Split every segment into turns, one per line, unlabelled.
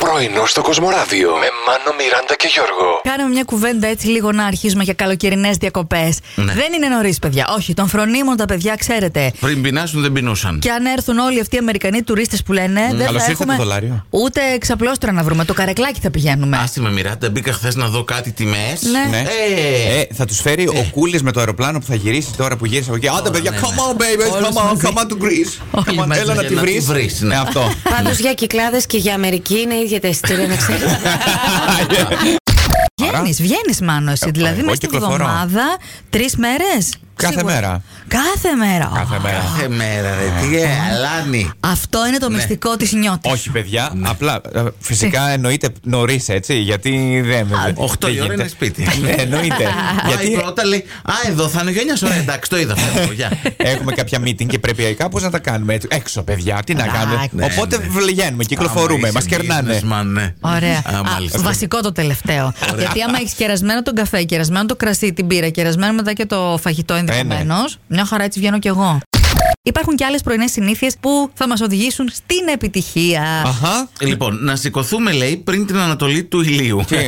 Πρωινό στο Κοσμοράδιο με Μάνο, Μιράντα και Γιώργο.
Κάνουμε μια κουβέντα έτσι λίγο να αρχίσουμε για καλοκαιρινές διακοπές.
Ναι.
Δεν είναι νωρίς, παιδιά. Όχι, των φρονίμων τα παιδιά, ξέρετε.
Πριν πεινάσουν δεν πεινούσαν.
Και αν έρθουν όλοι αυτοί οι Αμερικανοί τουρίστες που λένε, δεν
καλώς
θα
ήρθε το
έχουμε
δολάριο.
ούτε εξαπλώστρα να βρούμε. Το καρεκλάκι θα πηγαίνουμε.
Άστι με μοιράτε, μπήκα χθες να δω κάτι τιμές.
Ναι.
Ναι.
Ε,
Ε, θα τους φέρει ο Κούλης με το αεροπλάνο που θα γυρίσει τώρα που γύρισε από εκεί. Άντε, παιδιά,
ναι,
come
ναι.
on, baby,
Όλους
come on,
μαζί.
come on to Greece.
Όλοι
Come on,
μαζί.
Έλα να
Για
τη
να τη
βρεις.
βρεις, ναι.
Ναι, αυτό.
Πάντως για κυκλάδες και για Αμερική είναι ίδια τα εισιτήρια, να ξέρει.
Βγαίνεις, βγαίνεις μάνο εσύ. δηλαδή
Ε, εγώ
μέσα στην
κυκλοφορώ.
εβδομάδα τρεις μέρες.
Κάθε μέρα.
Κάθε μέρα.
Κάθε μέρα.
κάθε μέρα, ρε. Τι ε, αλάνι.
Αυτό είναι το
Ναι.
μυστικό της νιώτης.
Όχι, παιδιά, απλά ε, φυσικά εννοείται νωρίς έτσι, γιατί δεν. δεν-
8 η ώρα
δεν γίνεται.
είναι σπίτι.
Ναι, εννοείται.
Πάει
γιατί
πρώτα, λέει Α, εδώ θα είναι ο Γιάννης. Ωραία, εντάξει, το είδα. φεύγω, γεια».
έχουμε κάποια meeting και πρέπει κάπως να τα κάνουμε έτσι, έξω, παιδιά. Τι να κάνουμε.
ναι,
Οπότε
ναι.
βγαίνουμε,
Άμα
κυκλοφορούμε,
είσαι
μα κερνάνε.
businessman, ναι.
Ωραία.
Α,
Α,
μάλιστα.
βασικό το τελευταίο. Γιατί άμα έχεις κερασμένο τον καφέ, κερασμένο το κρασί, την πύρα, κερασμένο μετά και το φαγητό ενδεχομένω, μια χαρά έτσι βγαίνω κι εγώ. Υπάρχουν και άλλες πρωινές συνήθειες που θα μας οδηγήσουν στην επιτυχία.
Αχα.
Λοιπόν, να σηκωθούμε, λέει, πριν την Ανατολή του ηλίου.
Τι, ε,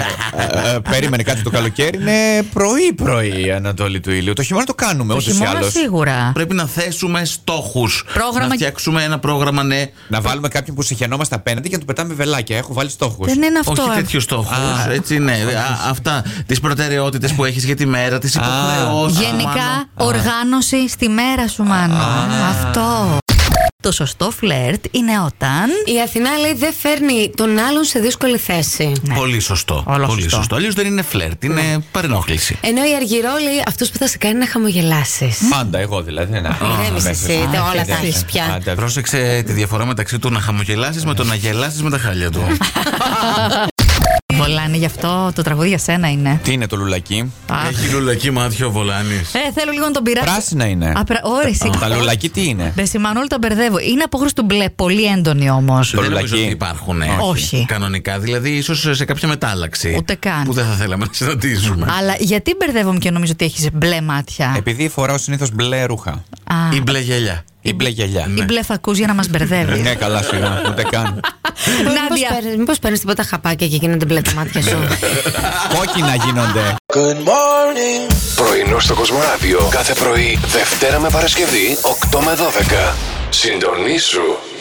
ε, περίμενε κάτι το καλοκαίρι. Είναι πρωί-πρωί η Ανατολή του ήλιου. Το χειμώνα το κάνουμε
Το
ούτω ή
χειμώνα
άλλως.
σίγουρα.
Πρέπει να θέσουμε στόχους.
Πρόγραμμα-
Να φτιάξουμε ένα πρόγραμμα, ναι.
Να βάλουμε κάποιον που συχαινόμαστε απέναντι και να του πετάμε βελάκια. Έχω βάλει στόχους.
Ναι.
Δεν είναι αυτό.
Όχι
ε.
τέτοιου στόχου.
Α.
Έτσι, ναι. Α, αυτά. Τις προτεραιότητες που έχεις για τη μέρα, τις υποχρεώσεις.
Γενικά, οργάνωση στη μέρα σου, Μάνο. Αυτό. Το σωστό φλερτ είναι όταν.
Η Αθηνά λέει δεν φέρνει τον άλλον σε δύσκολη θέση.
ναι.
Πολύ σωστό.
Όλο
Πολύ
σωστό.
σωστό. Αλλιώς δεν είναι φλερτ,
Ναι.
είναι παρενόχληση.
Ενώ η Αργυρό λέει αυτός που θα σε κάνει να χαμογελάσεις.
Πάντα εγώ δηλαδή. ναι.
Ηρέμησες
Αμέσως.
εσύ, τα
Α,
όλα τα
ναι.
έχεις πια.
Άντε, βρω-
Ε, Πρόσεξε τη διαφορά μεταξύ του να χαμογελάσεις με το να γελάσεις με τα χάλια του. Ε.
Βολάνε γι' αυτό το τραγούδι για σένα είναι.
Τι είναι το λουλακί.
Αχ.
Έχει λουλακή μάτια ο Βολάνη.
Ε, θέλω λίγο να τον πειράσω.
Πράσινα είναι.
Απρα... Όρεση.
Τα λουλακί τι είναι.
Μπε όλο τα μπερδεύω. Είναι απόχρωση του μπλε, πολύ έντονη όμως.
Το
Δεν νομίζω
λουλακί.
ότι υπάρχουν. ε.
Όχι.
Κανονικά, δηλαδή, ίσως σε κάποια μετάλλαξη.
Ούτε καν.
Που δεν θα θέλαμε να συναντήσουμε.
Αλλά γιατί μπερδεύομαι και νομίζω ότι έχεις μπλε μάτια.
Επειδή φοράω συνήθως μπλε ρούχα
Α,
Η μπλε γυαλιά.
ή μπλε γυαλιά.
ή μπλε φακούς για να μας μπερδεύεις.
Ναι, καλά, σιγά, ούτε καν.
Νάντια,
Μήπως παίρνεις τίποτα χαπάκια και γίνονται μπλε τα μάτια σου.
Κόκκινα γίνονται.
Πρωινό στο Κοσμοράδιο κάθε πρωί, Δευτέρα με Παρασκευή, 8 με 12. Συντονίσου